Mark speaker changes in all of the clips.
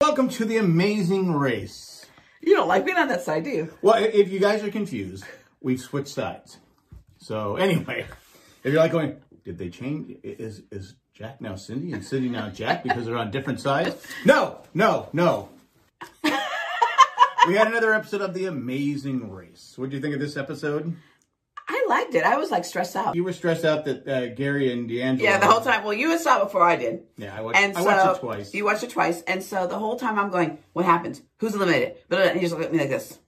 Speaker 1: Welcome to the amazing race.
Speaker 2: You don't like being on that side, do you?
Speaker 1: Well, i- if you guys are confused, we've switched sides. So anyway, if you're like going, did they change? I- Is is Jack now Cindy and Cindy now Jack because they're on different sides? No, no, no. we had another episode of the amazing race. What do you think of this episode?
Speaker 2: I liked it. I was like stressed out.
Speaker 1: You were stressed out that uh, Gary and D'Angelo.
Speaker 2: Yeah, the whole time. Well, you saw it before I did.
Speaker 1: Yeah, I watched,
Speaker 2: And
Speaker 1: I
Speaker 2: so
Speaker 1: watched it twice.
Speaker 2: you watched it twice, and so the whole time I'm going, "What happened? Who's eliminated?" But and you just look at me like this,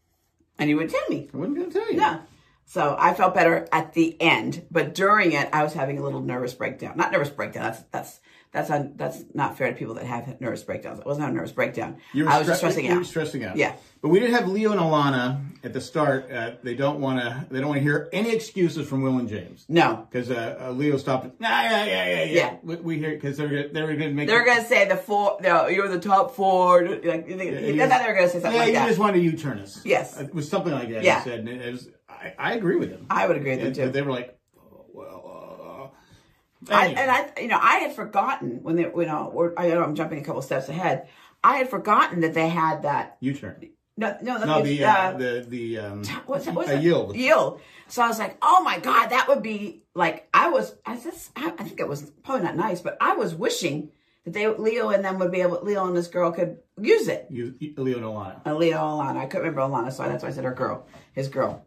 Speaker 2: and you would tell me.
Speaker 1: I wasn't going to tell you.
Speaker 2: Yeah. So I felt better at the end, but during it, I was having a little nervous breakdown. Not nervous breakdown. That's that's that's un, that's not fair to people that have nervous breakdowns. It wasn't a nervous breakdown.
Speaker 1: You were
Speaker 2: I was just
Speaker 1: stre-
Speaker 2: stressing
Speaker 1: you were
Speaker 2: out.
Speaker 1: stressing out.
Speaker 2: Yeah.
Speaker 1: But we did have Leo and Alana at the start. Uh, they don't want to. They don't want to hear any excuses from Will and James
Speaker 2: No,
Speaker 1: because uh, uh, Leo stopped. Nah, yeah, yeah, yeah, yeah.
Speaker 2: Yeah.
Speaker 1: We, we hear because they're gonna, they were going to make.
Speaker 2: they're gonna say the four. No, you're the top four. Like you
Speaker 1: Yeah, you
Speaker 2: I thought
Speaker 1: just-
Speaker 2: they were gonna say something
Speaker 1: yeah,
Speaker 2: like
Speaker 1: you
Speaker 2: that.
Speaker 1: just wanted to U-turn us. Uh,
Speaker 2: Yes.
Speaker 1: it was something like that.
Speaker 2: Yeah.
Speaker 1: He said, and it was, I, I agree with him.
Speaker 2: I would agree with them
Speaker 1: And
Speaker 2: too.
Speaker 1: they were like, oh, well, uh,
Speaker 2: I,
Speaker 1: anyway.
Speaker 2: and I, you know, I had forgotten when they, you know, or, I know I'm jumping a couple steps ahead. I had forgotten that they had that.
Speaker 1: U-turn.
Speaker 2: No, no,
Speaker 1: No,
Speaker 2: that's
Speaker 1: the
Speaker 2: the,
Speaker 1: uh, the the um,
Speaker 2: what's that? What's
Speaker 1: a
Speaker 2: that?
Speaker 1: yield.
Speaker 2: Yield. So I was like, oh my god, that would be like I was. I just, I, I think it was probably not nice, but I was wishing that they, Leo and them would be able, Leo and this girl could use it.
Speaker 1: You, you- Leo and Alana.
Speaker 2: And Leo Alana, I couldn't remember Alana, so that's why I said her girl, his girl,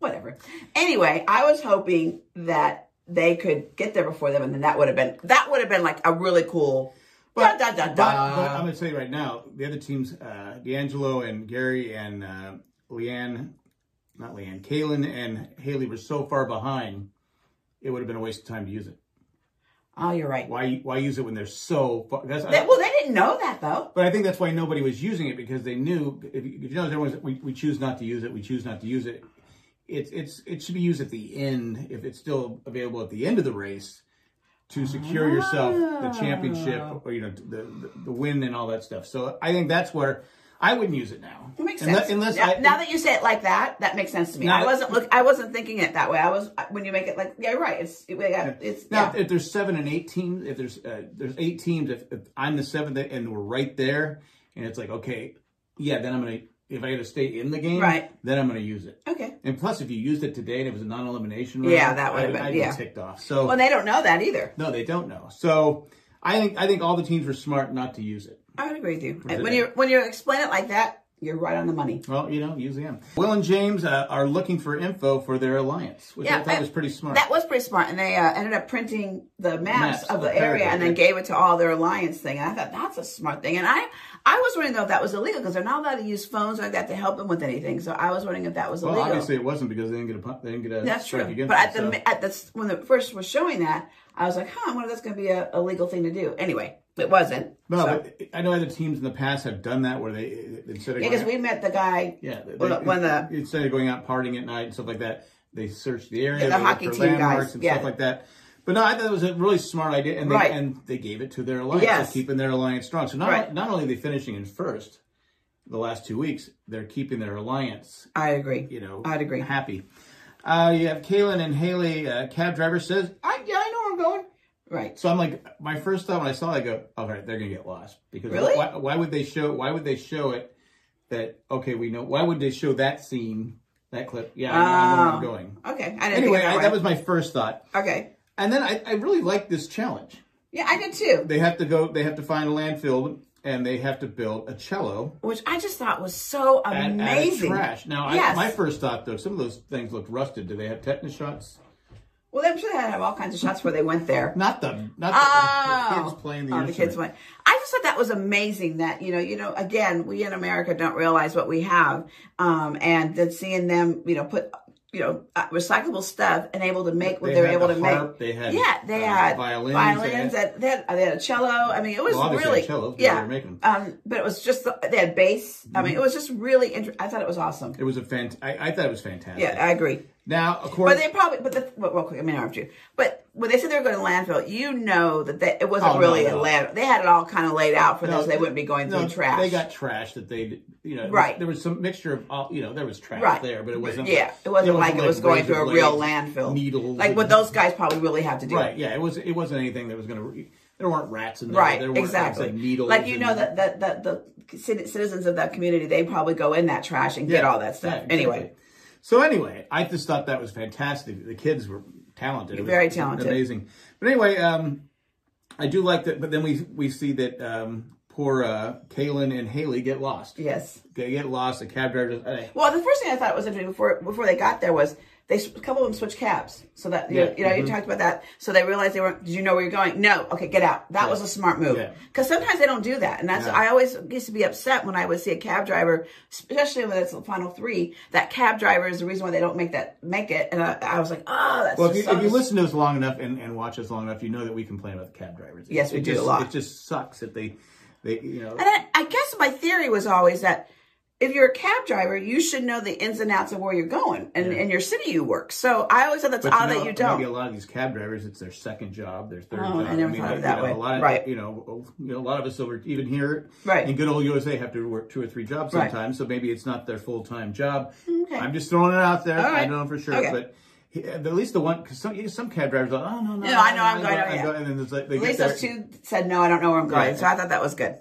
Speaker 2: whatever. Anyway, I was hoping that they could get there before them, and then that would have been that would have been like a really cool.
Speaker 1: But-
Speaker 2: da, da, da,
Speaker 1: But, but
Speaker 2: da.
Speaker 1: I'm going to tell you right now, the other teams, uh, D'Angelo and Gary and uh, Leanne, not Leanne, Kalen and Haley were so far behind, it would have been a waste of time to use it.
Speaker 2: oh, you're right.
Speaker 1: Why why use it when they're so far? That's,
Speaker 2: They- well, they didn't know that though.
Speaker 1: but I think that's why nobody was using it because they knew. If, you- if you notice, everyone's we, we choose not to use it. We choose not to use it. It's it's it should be used at the end if it's still available at the end of the race to secure yourself
Speaker 2: Ah.
Speaker 1: the championship or you know the, the the win and all that stuff. So I think that's where I wouldn't use it now.
Speaker 2: It makes sense.
Speaker 1: Unless, unless
Speaker 2: now,
Speaker 1: I,
Speaker 2: now that you say it like that, that makes sense to me.
Speaker 1: Now-
Speaker 2: I wasn't look. I wasn't thinking it that way. I was when you make it like yeah, you're right. It's it, it's
Speaker 1: Now,
Speaker 2: yeah.
Speaker 1: if there's seven and eight teams, if there's uh, there's eight teams, if, if I'm the seventh and we're right there, and it's like okay, yeah, then I'm gonna if I gotta stay in the game,
Speaker 2: Right.
Speaker 1: Then I'm gonna use it.
Speaker 2: okay.
Speaker 1: And plus, if you used it today and it was a non-elimination,
Speaker 2: Yeah,
Speaker 1: round,
Speaker 2: that would've
Speaker 1: I'd-
Speaker 2: been-
Speaker 1: I'd
Speaker 2: yeah.
Speaker 1: ticked off. So
Speaker 2: Well, they don't know that either.
Speaker 1: no, they don't know. So I think I think all the teams were smart not to use it.
Speaker 2: I would agree with you.
Speaker 1: it
Speaker 2: When you when you explain it like that, you're right on the money.
Speaker 1: Well, you know, use them. Will and James uh, are looking for info for their alliance, which I
Speaker 2: Yeah,
Speaker 1: thought
Speaker 2: I-
Speaker 1: was pretty smart.
Speaker 2: That was pretty smart, and they uh, ended up printing the
Speaker 1: Maps
Speaker 2: maps, of the
Speaker 1: of
Speaker 2: area, and then
Speaker 1: Paraguay.
Speaker 2: gave it to all their alliance thing. And I thought that's a smart thing. And I, I was wondering though if that was illegal because they're not allowed to use phones like that to help them with anything. So I was wondering if that was
Speaker 1: well,
Speaker 2: illegal.
Speaker 1: obviously it wasn't because they didn't get a pun- they didn't get a
Speaker 2: that's
Speaker 1: strike
Speaker 2: true.
Speaker 1: against
Speaker 2: But at
Speaker 1: them,
Speaker 2: the
Speaker 1: so-
Speaker 2: at the when the first was showing that, I was like, huh, I wonder if that's going to be a, a legal thing to do. Anyway, it wasn't.
Speaker 1: no,
Speaker 2: so,
Speaker 1: but I know other teams in the past have done that where they instead of
Speaker 2: yeah, because we met the guy.
Speaker 1: yeah they-
Speaker 2: Well, when the-
Speaker 1: instead of going out partying at night and stuff like that, they search the area,
Speaker 2: Yeah, the
Speaker 1: they look
Speaker 2: hockey
Speaker 1: for
Speaker 2: team guys,
Speaker 1: landmarks and stuff
Speaker 2: yeah.
Speaker 1: like that. But no, I thought it was a really smart idea, and they
Speaker 2: Right.
Speaker 1: and they gave it to their alliance,
Speaker 2: Yes.
Speaker 1: so keeping their alliance strong. So not
Speaker 2: Right.
Speaker 1: not only are they finishing in first, the last two weeks they're keeping their alliance,
Speaker 2: I agree.
Speaker 1: you know,
Speaker 2: I'd agree.
Speaker 1: happy. Uh, you have Kaylin and Haley. Uh, cab driver says, "I yeah, I know where I'm going."
Speaker 2: Right.
Speaker 1: So I'm like, my first thought when I saw, it, I go, "All right, they're gonna get lost because
Speaker 2: Really?
Speaker 1: why, why would they show? Why would they show it? That okay, we know. Why would they show that scene, that clip? Yeah, I know, I know where I'm
Speaker 2: Oh.
Speaker 1: going."
Speaker 2: Okay. I didn't
Speaker 1: Anyway,
Speaker 2: think of
Speaker 1: I,
Speaker 2: that,
Speaker 1: that
Speaker 2: way.
Speaker 1: was my first thought,
Speaker 2: okay.
Speaker 1: and then I, I really liked this challenge.
Speaker 2: Yeah, I did too.
Speaker 1: They have to go. They have to find a landfill, and they have to build a cello
Speaker 2: which I just thought was so
Speaker 1: at,
Speaker 2: amazing.
Speaker 1: at a trash. Now, I,
Speaker 2: Yes.
Speaker 1: my first thought though, some of those things looked rusted. Do they have tetanus shots?
Speaker 2: Well, I'm sure they had all kinds of shots where they went there.
Speaker 1: Not the not the,
Speaker 2: Oh,
Speaker 1: the kids playing the
Speaker 2: Oh, the
Speaker 1: instrument.
Speaker 2: kids went. I just thought that was amazing. That you know, you know, again, we in America don't realize what we have, um, and then seeing them, you know, put you know uh, recyclable stuff and able to make what
Speaker 1: They
Speaker 2: they, were
Speaker 1: had
Speaker 2: able
Speaker 1: the
Speaker 2: to
Speaker 1: harp,
Speaker 2: make.
Speaker 1: they had,
Speaker 2: yeah, they
Speaker 1: uh,
Speaker 2: had
Speaker 1: violins,
Speaker 2: violins,
Speaker 1: they
Speaker 2: they had, they had, they had a cello. I mean, it was
Speaker 1: Well, obviously
Speaker 2: really
Speaker 1: had cellos, because they
Speaker 2: yeah.
Speaker 1: were making 'em. Mm-hmm.
Speaker 2: Um, but it was just the, they had bass. I mean, it was just really. Inter- I thought it was awesome.
Speaker 1: It was a fant. I, I thought it was fantastic.
Speaker 2: Yeah, I agree.
Speaker 1: Now, of course,
Speaker 2: But they probably, but the, well, real quick, I mean, interrupt you. But when they said they were going to landfill, you know that they, it wasn't
Speaker 1: Oh, no,
Speaker 2: really
Speaker 1: no. Oh,
Speaker 2: a landfill. They had it all kind of laid out for
Speaker 1: No,
Speaker 2: them, so they wouldn't be going
Speaker 1: no,
Speaker 2: through trash.
Speaker 1: They got trash that they, you know,
Speaker 2: Right.
Speaker 1: There was some mixture of, all, you know, there was trash
Speaker 2: Right.
Speaker 1: there, but it wasn't.
Speaker 2: yeah, it wasn't like it was going
Speaker 1: razor
Speaker 2: through a real
Speaker 1: blades,
Speaker 2: landfill.
Speaker 1: Needles,
Speaker 2: like what
Speaker 1: and-
Speaker 2: those guys probably really had to do.
Speaker 1: Right. Yeah. It was. It wasn't anything that was going to. there weren't rats in there.
Speaker 2: Right,
Speaker 1: There weren't
Speaker 2: exactly.
Speaker 1: Like, needles.
Speaker 2: Like you
Speaker 1: and-
Speaker 2: know that that that the cit- citizens of that community, they probably go in that trash and get
Speaker 1: Yeah,
Speaker 2: all that stuff.
Speaker 1: yeah, exactly.
Speaker 2: Anyway,
Speaker 1: So anyway, I just thought that was fantastic. The kids were talented. It was
Speaker 2: Very talented.
Speaker 1: Amazing. But anyway, um, I do like that. But then we we see that um, poor uh, Kaylin and Haley get lost.
Speaker 2: yes.
Speaker 1: They get lost. The cab driver. Does, uh,
Speaker 2: Well, the first thing I thought was interesting before before they got there was they s- a couple of them switched cabs, so that you know,
Speaker 1: Yeah, mm-hmm.
Speaker 2: you, know you talked about that. So they realized they weren't. Did you know where you're going? No. Okay, get out. That was a smart move
Speaker 1: Yeah.
Speaker 2: because sometimes they don't do that, and that's I always used to be upset when I would see a cab driver, especially when it's the final three. That cab driver is the reason why they don't make that make it, and I, I was like, oh, that's
Speaker 1: well, if
Speaker 2: just
Speaker 1: you,
Speaker 2: so
Speaker 1: if you listen to us long enough and, and watch us long enough, you know that we complain about the cab drivers. It-
Speaker 2: Yes, we
Speaker 1: it
Speaker 2: do a
Speaker 1: just,
Speaker 2: lot.
Speaker 1: It just sucks that they they you know.
Speaker 2: And I, I guess my theory was always that if you're a cab driver, you should know the ins and outs of where you're going and, and your city you work. So I always thought that's
Speaker 1: But
Speaker 2: odd
Speaker 1: you know,
Speaker 2: that you don't.
Speaker 1: Maybe a lot of these cab drivers, it's their second job, their third
Speaker 2: Oh,
Speaker 1: job.
Speaker 2: I never thought of
Speaker 1: you
Speaker 2: that
Speaker 1: know,
Speaker 2: way.
Speaker 1: A lot of,
Speaker 2: Right.
Speaker 1: You know, you know, a lot of us over even here
Speaker 2: Right.
Speaker 1: in good old USA have to work two or three jobs
Speaker 2: Right.
Speaker 1: sometimes. So maybe it's not their full time job.
Speaker 2: Okay.
Speaker 1: I'm just throwing it out there.
Speaker 2: All right.
Speaker 1: I don't know for sure,
Speaker 2: Okay.
Speaker 1: but. he- At least the one, because some, you know, some cab drivers are, oh no, no,
Speaker 2: No, I know, I'm going
Speaker 1: go-
Speaker 2: over here."
Speaker 1: go," and then it's like they
Speaker 2: At
Speaker 1: get
Speaker 2: least
Speaker 1: there.
Speaker 2: those two said, no, I don't know where I'm going.
Speaker 1: Yeah.
Speaker 2: So I thought that was good.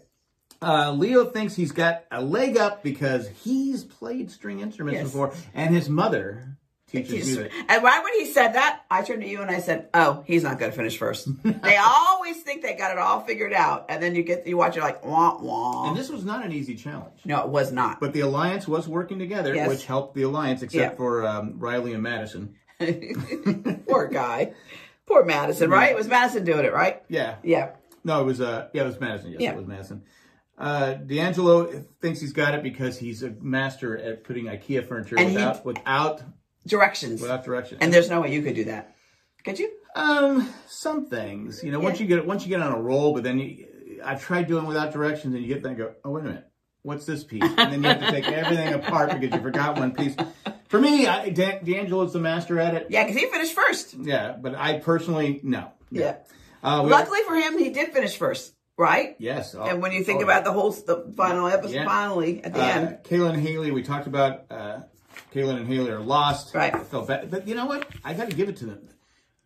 Speaker 1: Uh, Leo thinks he's got a leg up because he's played string instruments
Speaker 2: Yes.
Speaker 1: before, and his mother teaches music.
Speaker 2: And right when he said that, I turned to you and I said, oh, he's not going to finish first. they always think they got it all figured out. And then you get, you watch it like, wah, wah.
Speaker 1: And this was not an easy challenge.
Speaker 2: no, it was not.
Speaker 1: But the alliance was working together,
Speaker 2: Yes.
Speaker 1: which helped the alliance, except
Speaker 2: Yeah.
Speaker 1: for um, Riley and Madison.
Speaker 2: Poor guy. Poor Madison, right? It was Madison doing it, right?
Speaker 1: Yeah,
Speaker 2: Yeah.
Speaker 1: no, it was uh, yeah, it was Madison. Yes,
Speaker 2: Yeah.
Speaker 1: it was Madison. Uh, D'Angelo thinks he's got it because he's a master at putting IKEA furniture
Speaker 2: And he-
Speaker 1: without without
Speaker 2: Directions.
Speaker 1: without direction.
Speaker 2: And there's no way you could do that. Could you?
Speaker 1: um, some things, you know, once
Speaker 2: Yeah.
Speaker 1: you get once you get on a roll, but then you, I've tried doing without directions, and you get there and go, oh wait a minute, what's this piece? And then you have to take everything apart because you forgot one piece. For me, I, Dan- D'Angelo's the master at it.
Speaker 2: Yeah, because he finished first.
Speaker 1: Yeah, but I personally no.
Speaker 2: Yeah.
Speaker 1: Uh, we-
Speaker 2: Luckily for him, he did finish first, right?
Speaker 1: Yes. uh,
Speaker 2: And when you think about the whole the final episode,
Speaker 1: Oh, Yeah.
Speaker 2: finally at the
Speaker 1: uh,
Speaker 2: end,
Speaker 1: Kaylin and Haley, we talked about uh, Kaylin and Haley are lost.
Speaker 2: Right.
Speaker 1: I felt bad, but you know what? I got to give it to them.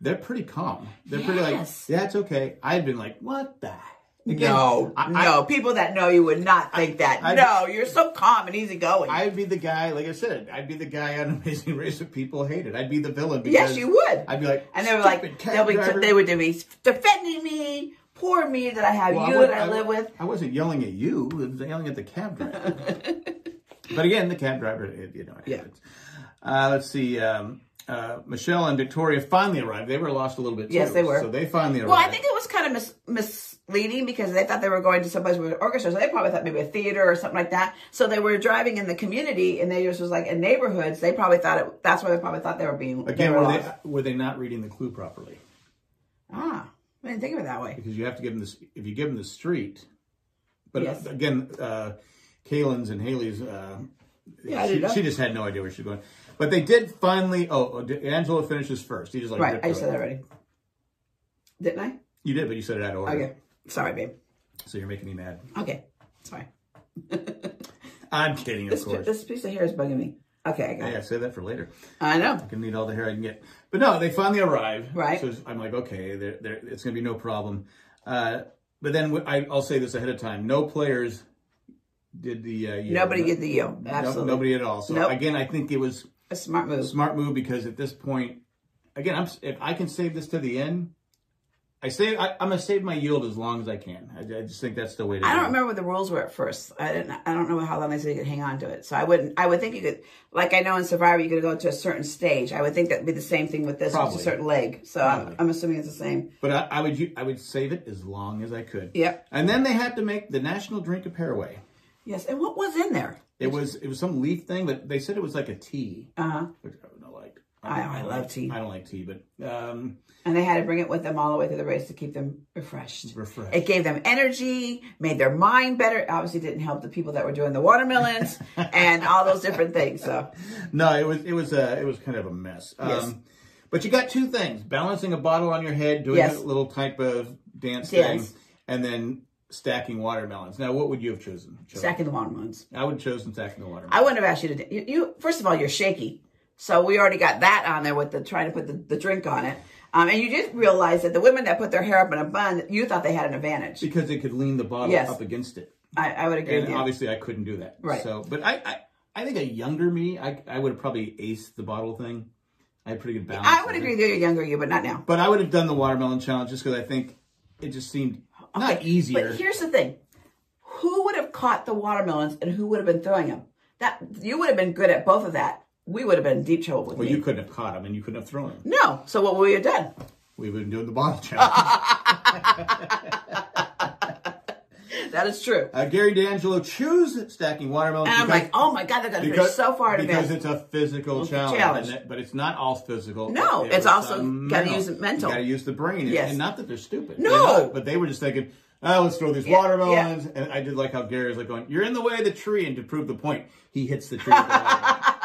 Speaker 1: They're pretty calm. They're pretty like,
Speaker 2: Yes.
Speaker 1: yeah, it's okay. I had been like, what the? Again,
Speaker 2: no,
Speaker 1: I,
Speaker 2: no, people that know you would not think that.
Speaker 1: I-
Speaker 2: no, you're so calm and easygoing.
Speaker 1: I, would be the guy, like I said, I'd be the guy on Amazing Race that people hated. I'd be the villain. Because
Speaker 2: yes, you would.
Speaker 1: I'd be like,
Speaker 2: and they were
Speaker 1: "Stupid
Speaker 2: like,
Speaker 1: cab
Speaker 2: they'll be
Speaker 1: driver."
Speaker 2: they would be defending me, poor me that I have
Speaker 1: Well,
Speaker 2: you
Speaker 1: wa-
Speaker 2: that I, live with.
Speaker 1: I wasn't yelling at you. I was yelling at the cab driver. but again, the cab driver, it- you know, it
Speaker 2: Yeah.
Speaker 1: happens. Uh, let's see. Um, uh, Michelle and Victoria finally arrived. They were lost a little bit.
Speaker 2: Yes,
Speaker 1: too,
Speaker 2: they were.
Speaker 1: So they finally arrived.
Speaker 2: Well, I think it was kind of mis- misleading because they thought they were going to someplace with an orchestra, so they probably thought maybe a theater or something like that. So they were driving in the community, and they just was like in neighborhoods. They probably thought it. That's why they probably thought they were being
Speaker 1: again,
Speaker 2: They were
Speaker 1: were they,
Speaker 2: lost.
Speaker 1: were they not reading the clue properly?
Speaker 2: ah, I didn't think of it that way.
Speaker 1: Because you have to give them this. If you give them the street, but
Speaker 2: Yes.
Speaker 1: again, uh, Kaylin's and Haley's. Uh,
Speaker 2: Yeah, I
Speaker 1: she,
Speaker 2: didn't know.
Speaker 1: she just had no idea where she was going. But they did finally. Oh, Angela finishes first. He just like
Speaker 2: Right,
Speaker 1: ripped
Speaker 2: I
Speaker 1: her.
Speaker 2: said that already, didn't
Speaker 1: You did, but you said it out of
Speaker 2: I?
Speaker 1: order.
Speaker 2: Okay, sorry, babe.
Speaker 1: So you're making me mad.
Speaker 2: Okay, sorry.
Speaker 1: I'm kidding, of
Speaker 2: This,
Speaker 1: course.
Speaker 2: this piece of hair is bugging me. Okay, I got
Speaker 1: Yeah,
Speaker 2: it.
Speaker 1: save that for later.
Speaker 2: I know.
Speaker 1: I can need all the hair I can get. But no, they finally arrive.
Speaker 2: Right.
Speaker 1: So I'm like, okay, they're, they're, it's going to be no problem. Uh, but then wh- I, will say this ahead of time: no players did the uh, yield.
Speaker 2: Nobody
Speaker 1: No-
Speaker 2: get the yield.
Speaker 1: no-
Speaker 2: Absolutely,
Speaker 1: nobody at all. So
Speaker 2: Nope.
Speaker 1: again, I think it was
Speaker 2: a smart
Speaker 1: a
Speaker 2: move.
Speaker 1: smart move because at this point, again, I'm s- if I can save this to the end, I save. I, I'm going to save my yield as long as I can. I, I just think that's the way to.
Speaker 2: I
Speaker 1: do
Speaker 2: don't
Speaker 1: it.
Speaker 2: remember what the rules were at first. I didn't. I don't know how long they said you could hang on to it. So I wouldn't. I would think you could, like I know in Survivor, you could go to a certain stage. I would think that'd be the same thing with this, just
Speaker 1: Probably.
Speaker 2: a certain leg. So I'm,
Speaker 1: Probably.
Speaker 2: I'm assuming it's the same.
Speaker 1: But I, I would. u- I would save it as long as I could.
Speaker 2: Yep.
Speaker 1: And then they had to make the national drink of Paraguay.
Speaker 2: Yes. And what was in there?
Speaker 1: It was it was some leaf thing, but they said it was like a tea,
Speaker 2: Uh huh.
Speaker 1: which I don't like.
Speaker 2: I- I love tea.
Speaker 1: I don't like tea, but um,
Speaker 2: And they had to bring it with them all the way through the race to keep them refreshed.
Speaker 1: refresh.
Speaker 2: It gave them energy, made their mind better. Obviously, didn't help the people that were doing the watermelons and all those different things. So
Speaker 1: No, it was it was uh, it was kind of a mess. Um,
Speaker 2: Yes.
Speaker 1: But you got two things: balancing a bottle on your head, doing
Speaker 2: Yes.
Speaker 1: a little type of dance,
Speaker 2: Dance.
Speaker 1: thing, and then stacking watermelons. Now, what would you have chosen? Chosen.
Speaker 2: stacking the watermelons.
Speaker 1: I would have chosen stacking the watermelon.
Speaker 2: I wouldn't have asked you to. do- You, you first of all, you're shaky, so we already got that on there with the trying to put the, the drink on it. Um, and you did realize that the women that put their hair up in a bun, you thought they had an advantage.
Speaker 1: because they could lean the bottle
Speaker 2: Yes.
Speaker 1: up against it.
Speaker 2: I, I would agree
Speaker 1: And
Speaker 2: with you.
Speaker 1: obviously, I couldn't do that.
Speaker 2: Right.
Speaker 1: So, but I, I, I think a younger me, I, I would have probably aced the bottle thing. I had pretty good balance.
Speaker 2: I would
Speaker 1: think.
Speaker 2: agree with you, younger you, but not now.
Speaker 1: But I would have done the watermelon challenge just because I think it just seemed not easier.
Speaker 2: But here's the thing: who would have caught the watermelons and who would have been throwing them? That you would have been good at both of that. We would have been in deep trouble with
Speaker 1: well,
Speaker 2: me.
Speaker 1: you couldn't have caught him and you couldn't have thrown him.
Speaker 2: no. So what would we have done?
Speaker 1: We would have done the bottle challenge.
Speaker 2: That is true.
Speaker 1: uh, Gary D'Angelo choose stacking watermelons.
Speaker 2: And I'm
Speaker 1: because-
Speaker 2: like, oh my god, they're going to
Speaker 1: because-
Speaker 2: so far in
Speaker 1: because it's
Speaker 2: advance.
Speaker 1: a physical challenge,
Speaker 2: challenge.
Speaker 1: and it- but it's not all physical.
Speaker 2: No,
Speaker 1: It
Speaker 2: it's
Speaker 1: was
Speaker 2: also
Speaker 1: some
Speaker 2: gotta use it mental.
Speaker 1: You gotta use the brain, and,
Speaker 2: Yes.
Speaker 1: and not that they're stupid.
Speaker 2: No.
Speaker 1: They're not, but they were just thinking, oh, let's throw these
Speaker 2: Yeah,
Speaker 1: watermelons. And I did like how Gary was like going, "You're in the way of the tree," and to prove the point, he hits the tree. with the watermelon.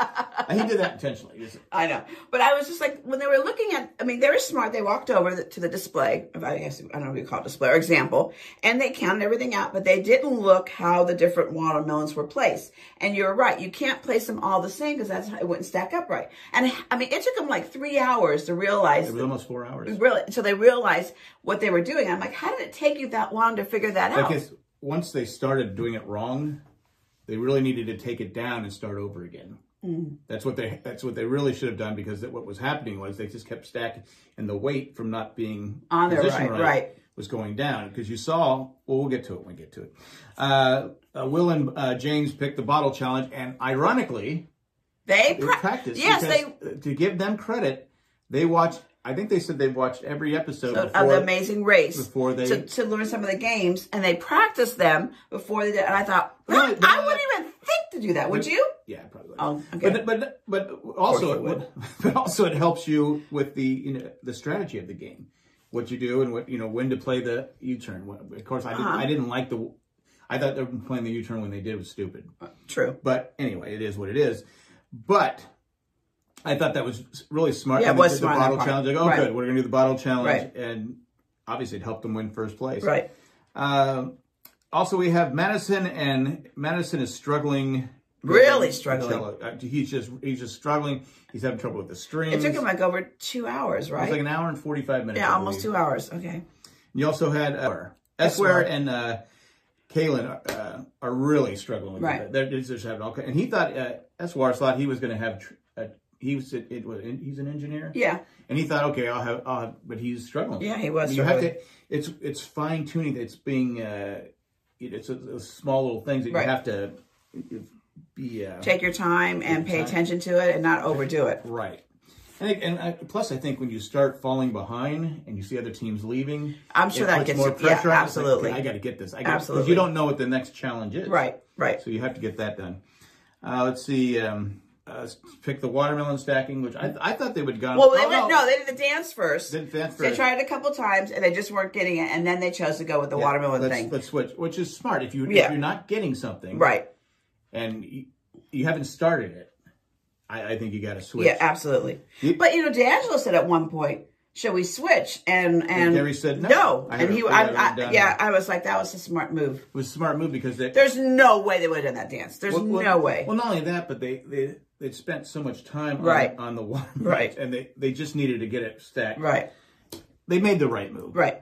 Speaker 1: And he did that intentionally. He just-
Speaker 2: I know, but I was just like when they were looking at. I mean, they were smart. They walked over the, to the display. If I guess I don't know what you call it, display or example, and they counted everything out, but they didn't look how the different watermelons were placed. And you're right, you can't place them all the same because that's how it wouldn't stack up right. And I mean, it took them like three hours to realize.
Speaker 1: It was almost four hours.
Speaker 2: Really, so they realized what they were doing. I'm like, how did it take you that long to figure that
Speaker 1: I
Speaker 2: out?
Speaker 1: guess once they started doing it wrong, they really needed to take it down and start over again.
Speaker 2: Mm.
Speaker 1: That's what they that's what they really should have done because that what was happening was they just kept stacking and the weight from not being
Speaker 2: On there,
Speaker 1: positioned
Speaker 2: right, right.
Speaker 1: was going down because you saw well we'll get to it when we get to it. Uh, uh, Will and uh, James picked the bottle challenge and ironically
Speaker 2: they
Speaker 1: they
Speaker 2: pra-
Speaker 1: practiced
Speaker 2: Yes,
Speaker 1: because, uh, to give them credit they watched I think they said they watched every episode
Speaker 2: episode
Speaker 1: before
Speaker 2: of the Amazing Race
Speaker 1: before they-
Speaker 2: to, to learn some of the games, and they practiced them before they did. And I thought, "Huh,
Speaker 1: Right, but-
Speaker 2: I wouldn't even think to do that. Would you?
Speaker 1: Yeah, probably.
Speaker 2: Oh, okay.
Speaker 1: But but but
Speaker 2: Of
Speaker 1: also
Speaker 2: course it would.
Speaker 1: it, but also it helps you with the you know the strategy of the game, what you do and what you know when to play the U turn. Of course, I didn't
Speaker 2: Uh-huh.
Speaker 1: I didn't like the. I thought they were playing the U turn when they did was stupid.
Speaker 2: True.
Speaker 1: But anyway, it is what it is. But I thought that was really smart.
Speaker 2: Yeah,
Speaker 1: when
Speaker 2: it
Speaker 1: they
Speaker 2: was
Speaker 1: did
Speaker 2: smart
Speaker 1: The
Speaker 2: on their
Speaker 1: bottle
Speaker 2: part.
Speaker 1: challenge. Like, oh,
Speaker 2: Right.
Speaker 1: good, we're gonna do the bottle challenge,
Speaker 2: Right.
Speaker 1: and obviously it helped them win first place.
Speaker 2: Right.
Speaker 1: Um, also, we have Madison, and Madison is struggling.
Speaker 2: Really struggling.
Speaker 1: Uh, He's just he's just struggling. He's having trouble with the strings.
Speaker 2: It took him like over two hours,
Speaker 1: It's like
Speaker 2: right?
Speaker 1: an hour and forty five minutes.
Speaker 2: Yeah,
Speaker 1: I
Speaker 2: almost
Speaker 1: believe.
Speaker 2: two hours. Okay.
Speaker 1: You also had uh, Esware and uh, Kalen are, uh, are really struggling. With
Speaker 2: Right.
Speaker 1: it. They're they're just having all. ki- And he thought uh, Eswar thought he was going to have. Tr- uh, he was it, it was he's an engineer.
Speaker 2: Yeah.
Speaker 1: And he thought, okay, I'll have, I'll have but he's struggling.
Speaker 2: Yeah, he was
Speaker 1: You have to. It's it's fine tuning. It's being. Uh, it- it's a, a small little things that
Speaker 2: Right.
Speaker 1: you have to be uh,
Speaker 2: Take your time and pay attention to it, and not overdo it.
Speaker 1: right. And, it, and I, plus, I think when you start falling behind and you see other teams leaving,
Speaker 2: I'm sure
Speaker 1: it
Speaker 2: that
Speaker 1: puts
Speaker 2: gets
Speaker 1: more
Speaker 2: you- yeah,
Speaker 1: pressure on. It's like,
Speaker 2: absolutely.
Speaker 1: "Okay, I got to get this. I gotta, 'cause
Speaker 2: Absolutely.
Speaker 1: You don't know what the next challenge is.
Speaker 2: Right. Right.
Speaker 1: So you have to get that done. Uh, let's see. Um, uh, let's pick the watermelon stacking, which I, I thought they would gone.
Speaker 2: Well, they
Speaker 1: oh,
Speaker 2: went, no, they did the dance first.
Speaker 1: Did that
Speaker 2: They
Speaker 1: first.
Speaker 2: tried it a couple times, and they just weren't getting it. And then they chose to go with the watermelon
Speaker 1: let's,
Speaker 2: thing.
Speaker 1: Let's switch, which is smart. If you
Speaker 2: Yeah.
Speaker 1: if you're not getting something,
Speaker 2: Right.
Speaker 1: and you, you haven't started it, I, I think you got to switch.
Speaker 2: Yeah, absolutely.
Speaker 1: You-
Speaker 2: but you know, D'Angelo said at one point, "Shall we switch?" And and
Speaker 1: Gary said no. I
Speaker 2: and
Speaker 1: had
Speaker 2: he,
Speaker 1: it-
Speaker 2: I,
Speaker 1: I had it
Speaker 2: I,
Speaker 1: down.
Speaker 2: yeah, I was like, that was a smart move.
Speaker 1: It was a smart move because they
Speaker 2: There's no way they would have done that dance. There's
Speaker 1: well,
Speaker 2: no way.
Speaker 1: Well, not only that, but they they they spent so much time on,
Speaker 2: Right.
Speaker 1: on the water,
Speaker 2: Right.
Speaker 1: and they they just needed to get it stacked.
Speaker 2: right,
Speaker 1: They made the right move.
Speaker 2: right.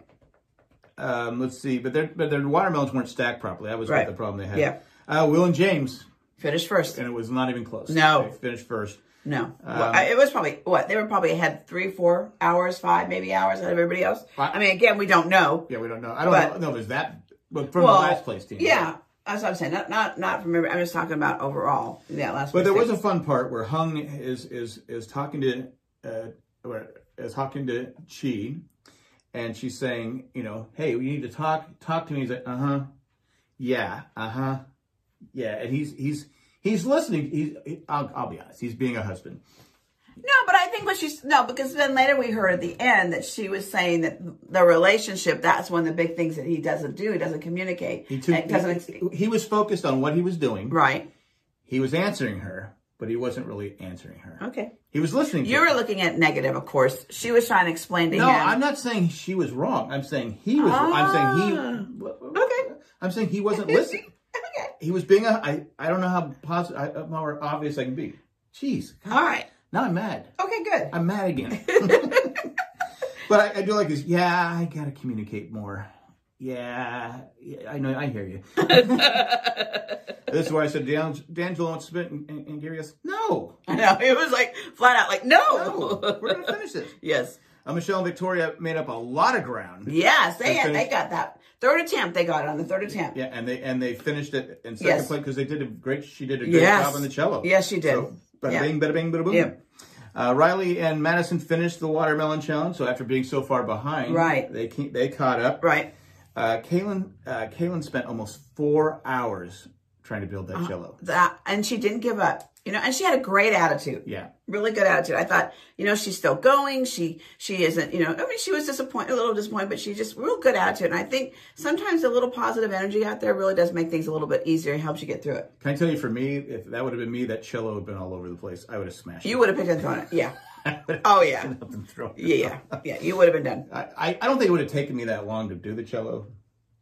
Speaker 1: Um, let's see, but their but their watermelons weren't stacked properly. That was
Speaker 2: Right.
Speaker 1: the problem they had.
Speaker 2: Yeah.
Speaker 1: Uh, Will and James,
Speaker 2: Finish first.
Speaker 1: and it was not even close.
Speaker 2: No.
Speaker 1: they finished first.
Speaker 2: No,
Speaker 1: Um,
Speaker 2: Well, I, it was probably what they were probably had three, four hours, five maybe hours out of everybody else.
Speaker 1: I-
Speaker 2: I mean, again, we don't know.
Speaker 1: Yeah, we don't know. I don't
Speaker 2: But-
Speaker 1: know if it was that, but from
Speaker 2: Well,
Speaker 1: the last place team.
Speaker 2: Yeah, that's what I'm saying. Not not not from. every- I'm just talking about overall. Yeah, last.
Speaker 1: But there was a fun part where Hung is is is talking to uh, or is talking to Chi, and she's saying, you know, hey, we need to talk. Talk to me. He's like, uh huh, yeah, uh huh, yeah, and he's he's he's listening. He's he- I'll, I'll be honest, he's being a husband.
Speaker 2: No, but I think what she's no, because then later we heard at the end that she was saying that the relationship that's one of the big things that he doesn't do. He doesn't communicate.
Speaker 1: He, took-
Speaker 2: and doesn't
Speaker 1: he, he was focused on what he was doing.
Speaker 2: right.
Speaker 1: He was answering her, but he wasn't really answering her.
Speaker 2: Okay.
Speaker 1: He was listening. To
Speaker 2: You
Speaker 1: her.
Speaker 2: were looking at negative, of course. She was trying to explain to
Speaker 1: No,
Speaker 2: him.
Speaker 1: I'm not saying she was wrong. I'm saying he was. I'm saying he.
Speaker 2: Ah. Okay.
Speaker 1: I'm saying he wasn't listening.
Speaker 2: okay.
Speaker 1: He was being a. I. I don't know how positive, I, how obvious I can be. Jeez,
Speaker 2: All right.
Speaker 1: now I'm mad.
Speaker 2: Okay. Good.
Speaker 1: I'm mad again. But I, I do like this. Yeah, I gotta communicate more. Yeah, yeah, I know. I hear you. This is why I said Dan, D'Angelo wants to spit, and, and, and Gary goes, "No,
Speaker 2: I know. It was like flat out like no.
Speaker 1: no, we're gonna finish this."
Speaker 2: yes.
Speaker 1: Uh, Michelle and Victoria made up a lot of ground.
Speaker 2: Yes, they
Speaker 1: And
Speaker 2: had, they
Speaker 1: finished-
Speaker 2: got that. Third attempt they got it on the third attempt.
Speaker 1: Yeah, and they and they finished it in second
Speaker 2: Yes.
Speaker 1: place because they did a great. She did a great
Speaker 2: Yes.
Speaker 1: job on the cello.
Speaker 2: Yes, she did.
Speaker 1: So, bada
Speaker 2: Yeah.
Speaker 1: bing, bada bing, bada boom.
Speaker 2: Yep.
Speaker 1: Uh, Riley and Madison finished the watermelon challenge. So after being so far behind,
Speaker 2: Right.
Speaker 1: they ca- they caught up.
Speaker 2: Right.
Speaker 1: Uh, Kaylin, uh, Kaylin spent almost four hours trying to build that
Speaker 2: Uh-huh.
Speaker 1: cello.
Speaker 2: That and she didn't give up. You know, and she had a great attitude.
Speaker 1: Yeah,
Speaker 2: really good attitude. I thought, you know, she's still going. She she isn't, you know, I mean, she was disappointed, a little disappointed, but she just real good attitude. And I think sometimes a little positive energy out there really does make things a little bit easier and helps you get through it.
Speaker 1: can I tell you? For me, if that would have been me, that cello would have been all over the place. I would have smashed
Speaker 2: You
Speaker 1: it
Speaker 2: would have picked up and thrown it. Yeah. Oh yeah.
Speaker 1: up and thrown it.
Speaker 2: Yeah, yeah. Yeah. You would have been done.
Speaker 1: I, I I don't think it would have taken me that long to do the cello.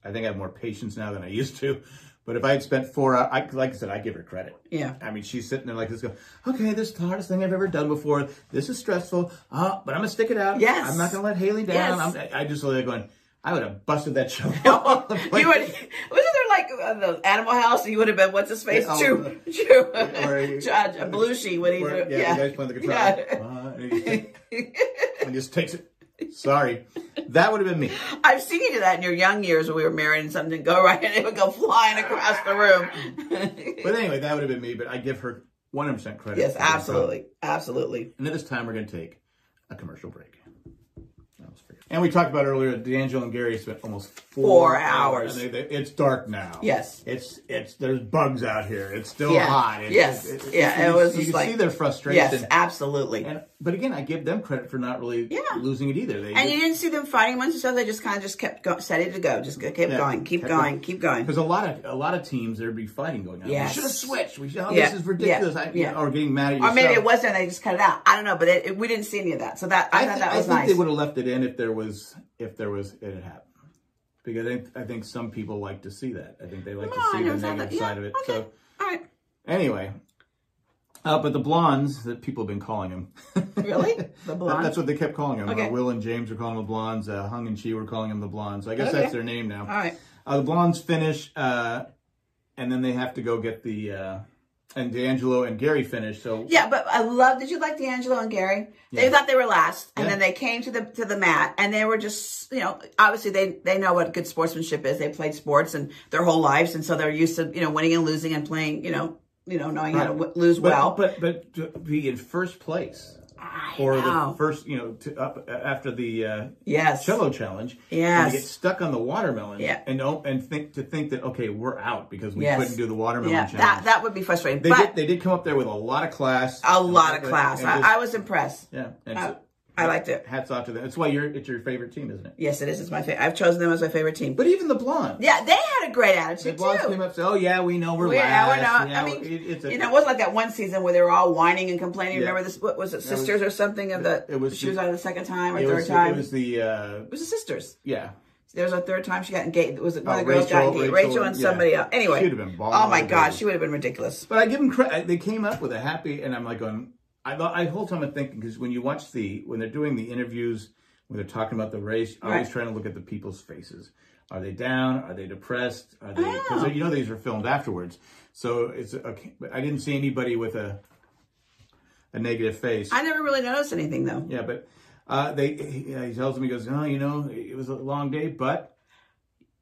Speaker 1: I think I have more patience now than I used to. But if I had spent four hours, I, like I said, I give her credit.
Speaker 2: Yeah.
Speaker 1: I mean, she's sitting there like this, going, okay, this is the hardest thing I've ever done before. This is stressful, uh, but I'm going to stick it out.
Speaker 2: Yes.
Speaker 1: I'm not going to let Haley down.
Speaker 2: Yes.
Speaker 1: I'm, I- I just literally going, I would have busted that show.
Speaker 2: you would wasn't there like uh, the Animal House? You would have been what's his face?
Speaker 1: Yeah, oh,
Speaker 2: Chew, Chew,
Speaker 1: or-
Speaker 2: Judge Belushi when he
Speaker 1: Where-
Speaker 2: do-
Speaker 1: yeah, the guy's playing the guitar. Uh, and, he just, and just takes it. Sorry. That would have been me.
Speaker 2: I've seen you do that in your young years when we were married and something go right and it would go flying across the room.
Speaker 1: But anyway, that would have been me. But I give her 100% credit.
Speaker 2: yes,
Speaker 1: for that song.
Speaker 2: absolutely. Absolutely.
Speaker 1: And at this time, we're going to take a commercial break. That was fair. And we talked about earlier, D'Angelo and Gary spent almost four,
Speaker 2: Four hours.
Speaker 1: And they- they- it's dark now.
Speaker 2: Yes.
Speaker 1: It's it's there's bugs out here. It's still
Speaker 2: Yeah.
Speaker 1: hot. It's-
Speaker 2: Yes. Yeah, it
Speaker 1: you,
Speaker 2: was
Speaker 1: You
Speaker 2: just
Speaker 1: can
Speaker 2: like-
Speaker 1: see their frustration.
Speaker 2: Yes, absolutely.
Speaker 1: And but again, I give them credit for not really
Speaker 2: Yeah.
Speaker 1: losing it either. They
Speaker 2: And you didn't see them fighting amongst each other. They just kind of just kept go- steady to go. Just kept going, keep
Speaker 1: kept
Speaker 2: going, keep going.
Speaker 1: because a lot of a lot of teams there'd be fighting going on.
Speaker 2: Yes.
Speaker 1: We should have switched. We should, oh,
Speaker 2: Yeah.
Speaker 1: this is ridiculous.
Speaker 2: Yeah.
Speaker 1: I,
Speaker 2: Yeah.
Speaker 1: Or getting mad at
Speaker 2: Or
Speaker 1: yourself.
Speaker 2: maybe it wasn't. They just cut it out. I don't know, but it, it- we didn't see any of that. So that I,
Speaker 1: I,
Speaker 2: thought
Speaker 1: thi-
Speaker 2: that
Speaker 1: I
Speaker 2: was
Speaker 1: think
Speaker 2: nice.
Speaker 1: they would have left it in if there was if there was it had happened. Because I think, I think some people like to see that. I think they like
Speaker 2: Oh,
Speaker 1: to
Speaker 2: I
Speaker 1: see the
Speaker 2: never thought
Speaker 1: negative
Speaker 2: that.
Speaker 1: side
Speaker 2: Yeah,
Speaker 1: of it.
Speaker 2: Okay.
Speaker 1: So
Speaker 2: All right.
Speaker 1: anyway, uh, but the blondes that people have been calling them.
Speaker 2: Really? The blonde.
Speaker 1: That's what they kept calling them.
Speaker 2: Okay.
Speaker 1: Will and James were calling them the blondes. Uh, Hung and Chi were calling them the blondes. I guess
Speaker 2: Okay.
Speaker 1: that's their name now.
Speaker 2: All right.
Speaker 1: Uh, the blondes finish, uh, and then they have to go get the uh, and D'Angelo and Gary finish. So
Speaker 2: Yeah, but I love. Did you like D'Angelo and Gary? They
Speaker 1: Yeah.
Speaker 2: thought they were last, and
Speaker 1: Yeah.
Speaker 2: then they came to the to the mat, and they were just you know obviously they they know what good sportsmanship is. They played sports and their whole lives, and so they're used to you know winning and losing and playing you know you know knowing how to w- lose
Speaker 1: but,
Speaker 2: well.
Speaker 1: but but to be in first place
Speaker 2: I
Speaker 1: or
Speaker 2: know.
Speaker 1: the first you know to, up after the uh,
Speaker 2: yes,
Speaker 1: cello challenge. And
Speaker 2: Yes.
Speaker 1: you get stuck on the watermelon.
Speaker 2: Yeah.
Speaker 1: And oh, and think to think that okay we're out because we
Speaker 2: Yes.
Speaker 1: couldn't do the watermelon
Speaker 2: yeah,
Speaker 1: challenge.
Speaker 2: that that would be frustrating,
Speaker 1: they did
Speaker 2: but
Speaker 1: they did come up there with a lot of class.
Speaker 2: a lot of
Speaker 1: And-
Speaker 2: class.
Speaker 1: and
Speaker 2: I,
Speaker 1: just-
Speaker 2: I was impressed.
Speaker 1: yeah. And
Speaker 2: I,
Speaker 1: so
Speaker 2: I liked it.
Speaker 1: hats off to them. That's why you're it's your favorite team, isn't it?
Speaker 2: Yes, it is. It's my favorite. I've chosen them as my favorite team.
Speaker 1: But even the blonde.
Speaker 2: yeah, they had a great
Speaker 1: The
Speaker 2: attitude
Speaker 1: blondes
Speaker 2: too.
Speaker 1: came up and said, "Oh yeah, we know we're
Speaker 2: We- yeah,
Speaker 1: last.
Speaker 2: we're not.
Speaker 1: Yeah,
Speaker 2: I mean,
Speaker 1: it- it's a,
Speaker 2: you know, it wasn't like that one season where they were all whining and complaining.
Speaker 1: Yeah.
Speaker 2: Remember this? What was it? Sisters or something? Of the
Speaker 1: it was
Speaker 2: she was
Speaker 1: the-
Speaker 2: on the second time or
Speaker 1: it
Speaker 2: third
Speaker 1: was,
Speaker 2: time.
Speaker 1: It was the uh,
Speaker 2: It was the sisters.
Speaker 1: yeah.
Speaker 2: There was a third time she got engaged. Was it one
Speaker 1: Oh,
Speaker 2: of the girls got
Speaker 1: Rachel-
Speaker 2: engaged?
Speaker 1: Rachel
Speaker 2: Rachel and
Speaker 1: and-
Speaker 2: somebody
Speaker 1: yeah.
Speaker 2: else. Anyway,
Speaker 1: She'd have been balling
Speaker 2: oh my
Speaker 1: all
Speaker 2: god,
Speaker 1: over.
Speaker 2: she would have been ridiculous.
Speaker 1: But I give them credit. They came up with a happy, and I'm like going. I thought- I whole time I'm thinking because when you watch the when they're doing the interviews when they're talking about the race, I'm always
Speaker 2: Right.
Speaker 1: trying to look at the people's faces. Are they down? Are they depressed? Are they because
Speaker 2: Oh.
Speaker 1: you know these are filmed afterwards, so it's okay. But I didn't see anybody with a a negative face.
Speaker 2: I never really noticed anything though.
Speaker 1: yeah, but uh, they he, he tells me he goes, oh, you know, it was a long day, but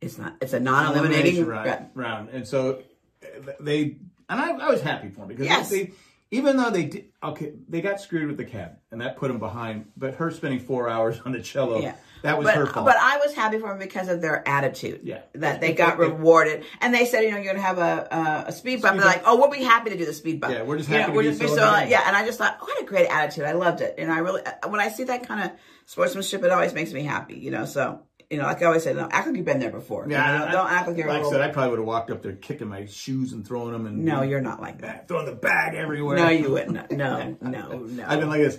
Speaker 2: It's not. It's a non-eliminating.
Speaker 1: round, round. And so uh, they and I, I was happy for them because
Speaker 2: Yes.
Speaker 1: they, even though they did okay, they got screwed with the cab and that put them behind. But her spending four hours on the cello,
Speaker 2: Yeah.
Speaker 1: that was
Speaker 2: but,
Speaker 1: her fault.
Speaker 2: but I was happy for them because of their attitude.
Speaker 1: Yeah.
Speaker 2: That they got rewarded. And they said, you know, you're going to have a, a, a speed bump. They're
Speaker 1: bump.
Speaker 2: like, oh, we'll be happy to do the speed bump.
Speaker 1: Yeah, we're just
Speaker 2: You know,
Speaker 1: happy to
Speaker 2: we're
Speaker 1: be
Speaker 2: just be
Speaker 1: so
Speaker 2: so,
Speaker 1: involved.
Speaker 2: Yeah. And I just thought, what a great attitude. I loved it. And I really, uh, when I see that kind of sportsmanship, it always makes me happy, you know, so. You know, like I always say, no, act like you've been there before. You know,
Speaker 1: I-
Speaker 2: don't act like you're. a
Speaker 1: like I
Speaker 2: little-
Speaker 1: said, I probably would have walked up there kicking my shoes and throwing them and
Speaker 2: no, you're not like that.
Speaker 1: throwing the bag everywhere.
Speaker 2: No, you wouldn't. No, no,
Speaker 1: I've been
Speaker 2: no.
Speaker 1: like this.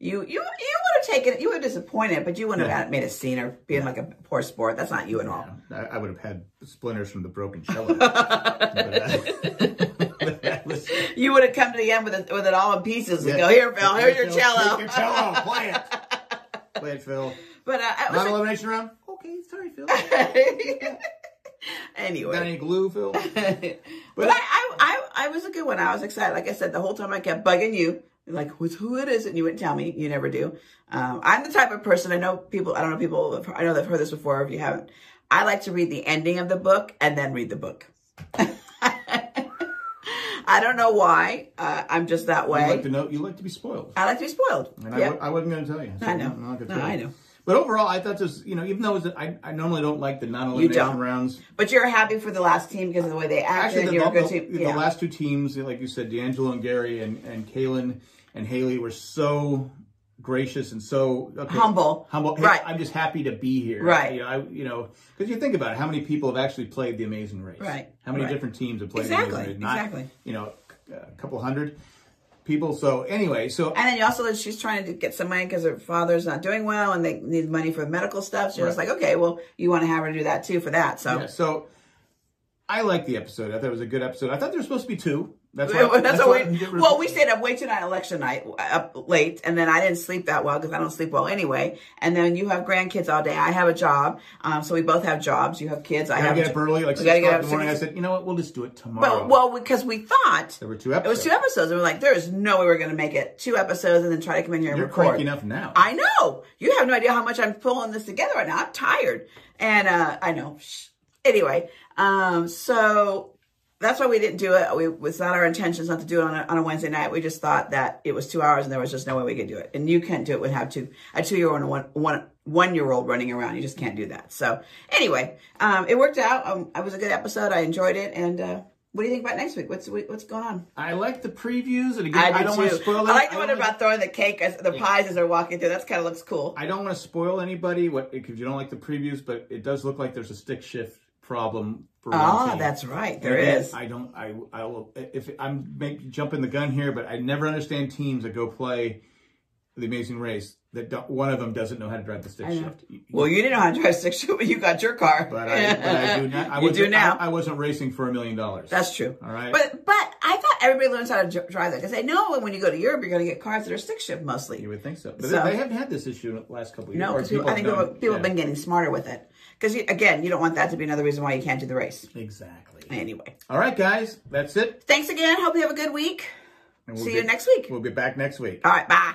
Speaker 2: You, you, you would have taken it. You would have disappointed, but you wouldn't have made a scene or being like a poor sport. That's not you at all.
Speaker 1: I, I would have had splinters from the broken cello. but, uh, that was-
Speaker 2: You would have come to the end with it, with it all in pieces and
Speaker 1: Yeah.
Speaker 2: go, here, Phil,
Speaker 1: Take
Speaker 2: here's your
Speaker 1: cello,
Speaker 2: cello.
Speaker 1: Take your cello. Play it. Play it right, Phil.
Speaker 2: But uh, it was
Speaker 1: Not
Speaker 2: a-
Speaker 1: elimination round. Okay, sorry, Phil. Got
Speaker 2: anyway.
Speaker 1: any glue, Phil?
Speaker 2: but I, I, I, I was a good one. I was excited. Like I said, the whole time I kept bugging you, like who's who it is, and you wouldn't tell me. You never do. Um, I'm the type of person. I know people. I don't know people. have- I know they've heard this before. If you haven't, I like to read the ending of the book and then read the book. I don't know why. Uh, I'm just that
Speaker 1: You
Speaker 2: way.
Speaker 1: like to know. You like to be spoiled.
Speaker 2: I like to be spoiled.
Speaker 1: And I,
Speaker 2: Yeah.
Speaker 1: w- I wasn't going to tell you. so
Speaker 2: I know.
Speaker 1: I'm not gonna
Speaker 2: No,
Speaker 1: tell
Speaker 2: I
Speaker 1: you.
Speaker 2: know.
Speaker 1: But overall, I thought this. You know, even though it was, I, I normally don't like the non-elimination
Speaker 2: don't.
Speaker 1: rounds.
Speaker 2: But you're happy for the last team because of the way they acted.
Speaker 1: Actually,
Speaker 2: and
Speaker 1: the,
Speaker 2: you're a
Speaker 1: the,
Speaker 2: good team.
Speaker 1: the
Speaker 2: yeah.
Speaker 1: last two teams, like you said, D'Angelo and Gary and and Kalen and Haley were so gracious and so okay,
Speaker 2: Humble.
Speaker 1: Humble. Hey,
Speaker 2: Right.
Speaker 1: I'm just happy to be here.
Speaker 2: Right.
Speaker 1: You know, I, you know, because you think about it, how many people have actually played the Amazing Race?
Speaker 2: Right.
Speaker 1: How many
Speaker 2: Right.
Speaker 1: different teams have played the
Speaker 2: Exactly.
Speaker 1: Amazing Race? Not,
Speaker 2: Exactly.
Speaker 1: You know, a couple hundred people. So anyway, so
Speaker 2: And then you also, she's trying to get some money because her father's not doing well and they need money for medical stuff. So it's
Speaker 1: Right.
Speaker 2: like, okay, well, you want to have her do that too for that. So
Speaker 1: Yeah, so I liked the episode. I thought it was a good episode. I thought there was supposed to be two. That's why.
Speaker 2: that's,
Speaker 1: that's
Speaker 2: what
Speaker 1: why I
Speaker 2: we,
Speaker 1: didn't get rid-
Speaker 2: well, we stayed up way too night, election night, up late. And then I didn't sleep that well because I don't sleep well anyway. And then you have grandkids all day. I have a job. Um, so we both have jobs. You have kids. I
Speaker 1: I
Speaker 2: have
Speaker 1: get up early, like
Speaker 2: We
Speaker 1: six
Speaker 2: gotta get
Speaker 1: o'clock
Speaker 2: up
Speaker 1: in the morning. I
Speaker 2: six-
Speaker 1: said, you know what? We'll just do it tomorrow.
Speaker 2: Well, well, because we thought
Speaker 1: there were two
Speaker 2: it was
Speaker 1: episodes.
Speaker 2: two episodes, and we we're like, "There's no way we're going to make it two episodes, and then try to come in here and
Speaker 1: You're
Speaker 2: record."
Speaker 1: cranky enough now.
Speaker 2: I know. You have no idea how much I'm pulling this together right now. I'm tired. And uh I know. Shh. Anyway, um so that's why we didn't do it. We it's not our intentions not to do it on a, on a Wednesday night. We just thought that it was two hours and there was just no way we could do it. And you can't do it with have two a two year old and a one one one year old running around. You just can't do that. So anyway, um it worked out. Um, it was a good episode. I enjoyed it. And uh what do you think about next week? What's what's going on?
Speaker 1: I like the previews, and again, I,
Speaker 2: I, do
Speaker 1: don't
Speaker 2: too.
Speaker 1: want to spoil.
Speaker 2: I like
Speaker 1: it.
Speaker 2: the one
Speaker 1: don't wanna-
Speaker 2: about throwing the cake as the pies as they're walking through. That's kind of looks cool.
Speaker 1: I don't want to spoil anybody. What if you don't like the previews? But it does look like there's a stick shift problem for one
Speaker 2: Ah,
Speaker 1: team.
Speaker 2: that's right.
Speaker 1: And
Speaker 2: There
Speaker 1: again,
Speaker 2: is.
Speaker 1: I don't. I. I will. If I'm maybe jumping the gun here, but I never understand teams that go play the Amazing Race that don't, one of them doesn't know how to drive the stick shift. You-
Speaker 2: Well, you didn't know how to drive six shoot, but you got your car.
Speaker 1: But I, but I do now. I
Speaker 2: you
Speaker 1: wasn't-
Speaker 2: do now.
Speaker 1: I, I wasn't racing for a million dollars.
Speaker 2: That's true.
Speaker 1: All right.
Speaker 2: But but I thought everybody learns how to dri- drive that because I know when you go to Europe, you're going to get cars that are six shift mostly.
Speaker 1: you would think so. But
Speaker 2: So-
Speaker 1: they, they haven't had this issue in the last couple of years.
Speaker 2: No,
Speaker 1: or
Speaker 2: because I think
Speaker 1: have
Speaker 2: people,
Speaker 1: done-
Speaker 2: people have
Speaker 1: yeah.
Speaker 2: been getting smarter with it. Because again, you don't want that to be another reason why you can't do the race.
Speaker 1: exactly.
Speaker 2: Anyway,
Speaker 1: All right, guys, that's it.
Speaker 2: thanks again. Hope you have a good week.
Speaker 1: And we'll
Speaker 2: See
Speaker 1: be-
Speaker 2: you next week.
Speaker 1: We'll be back next week.
Speaker 2: All right, bye.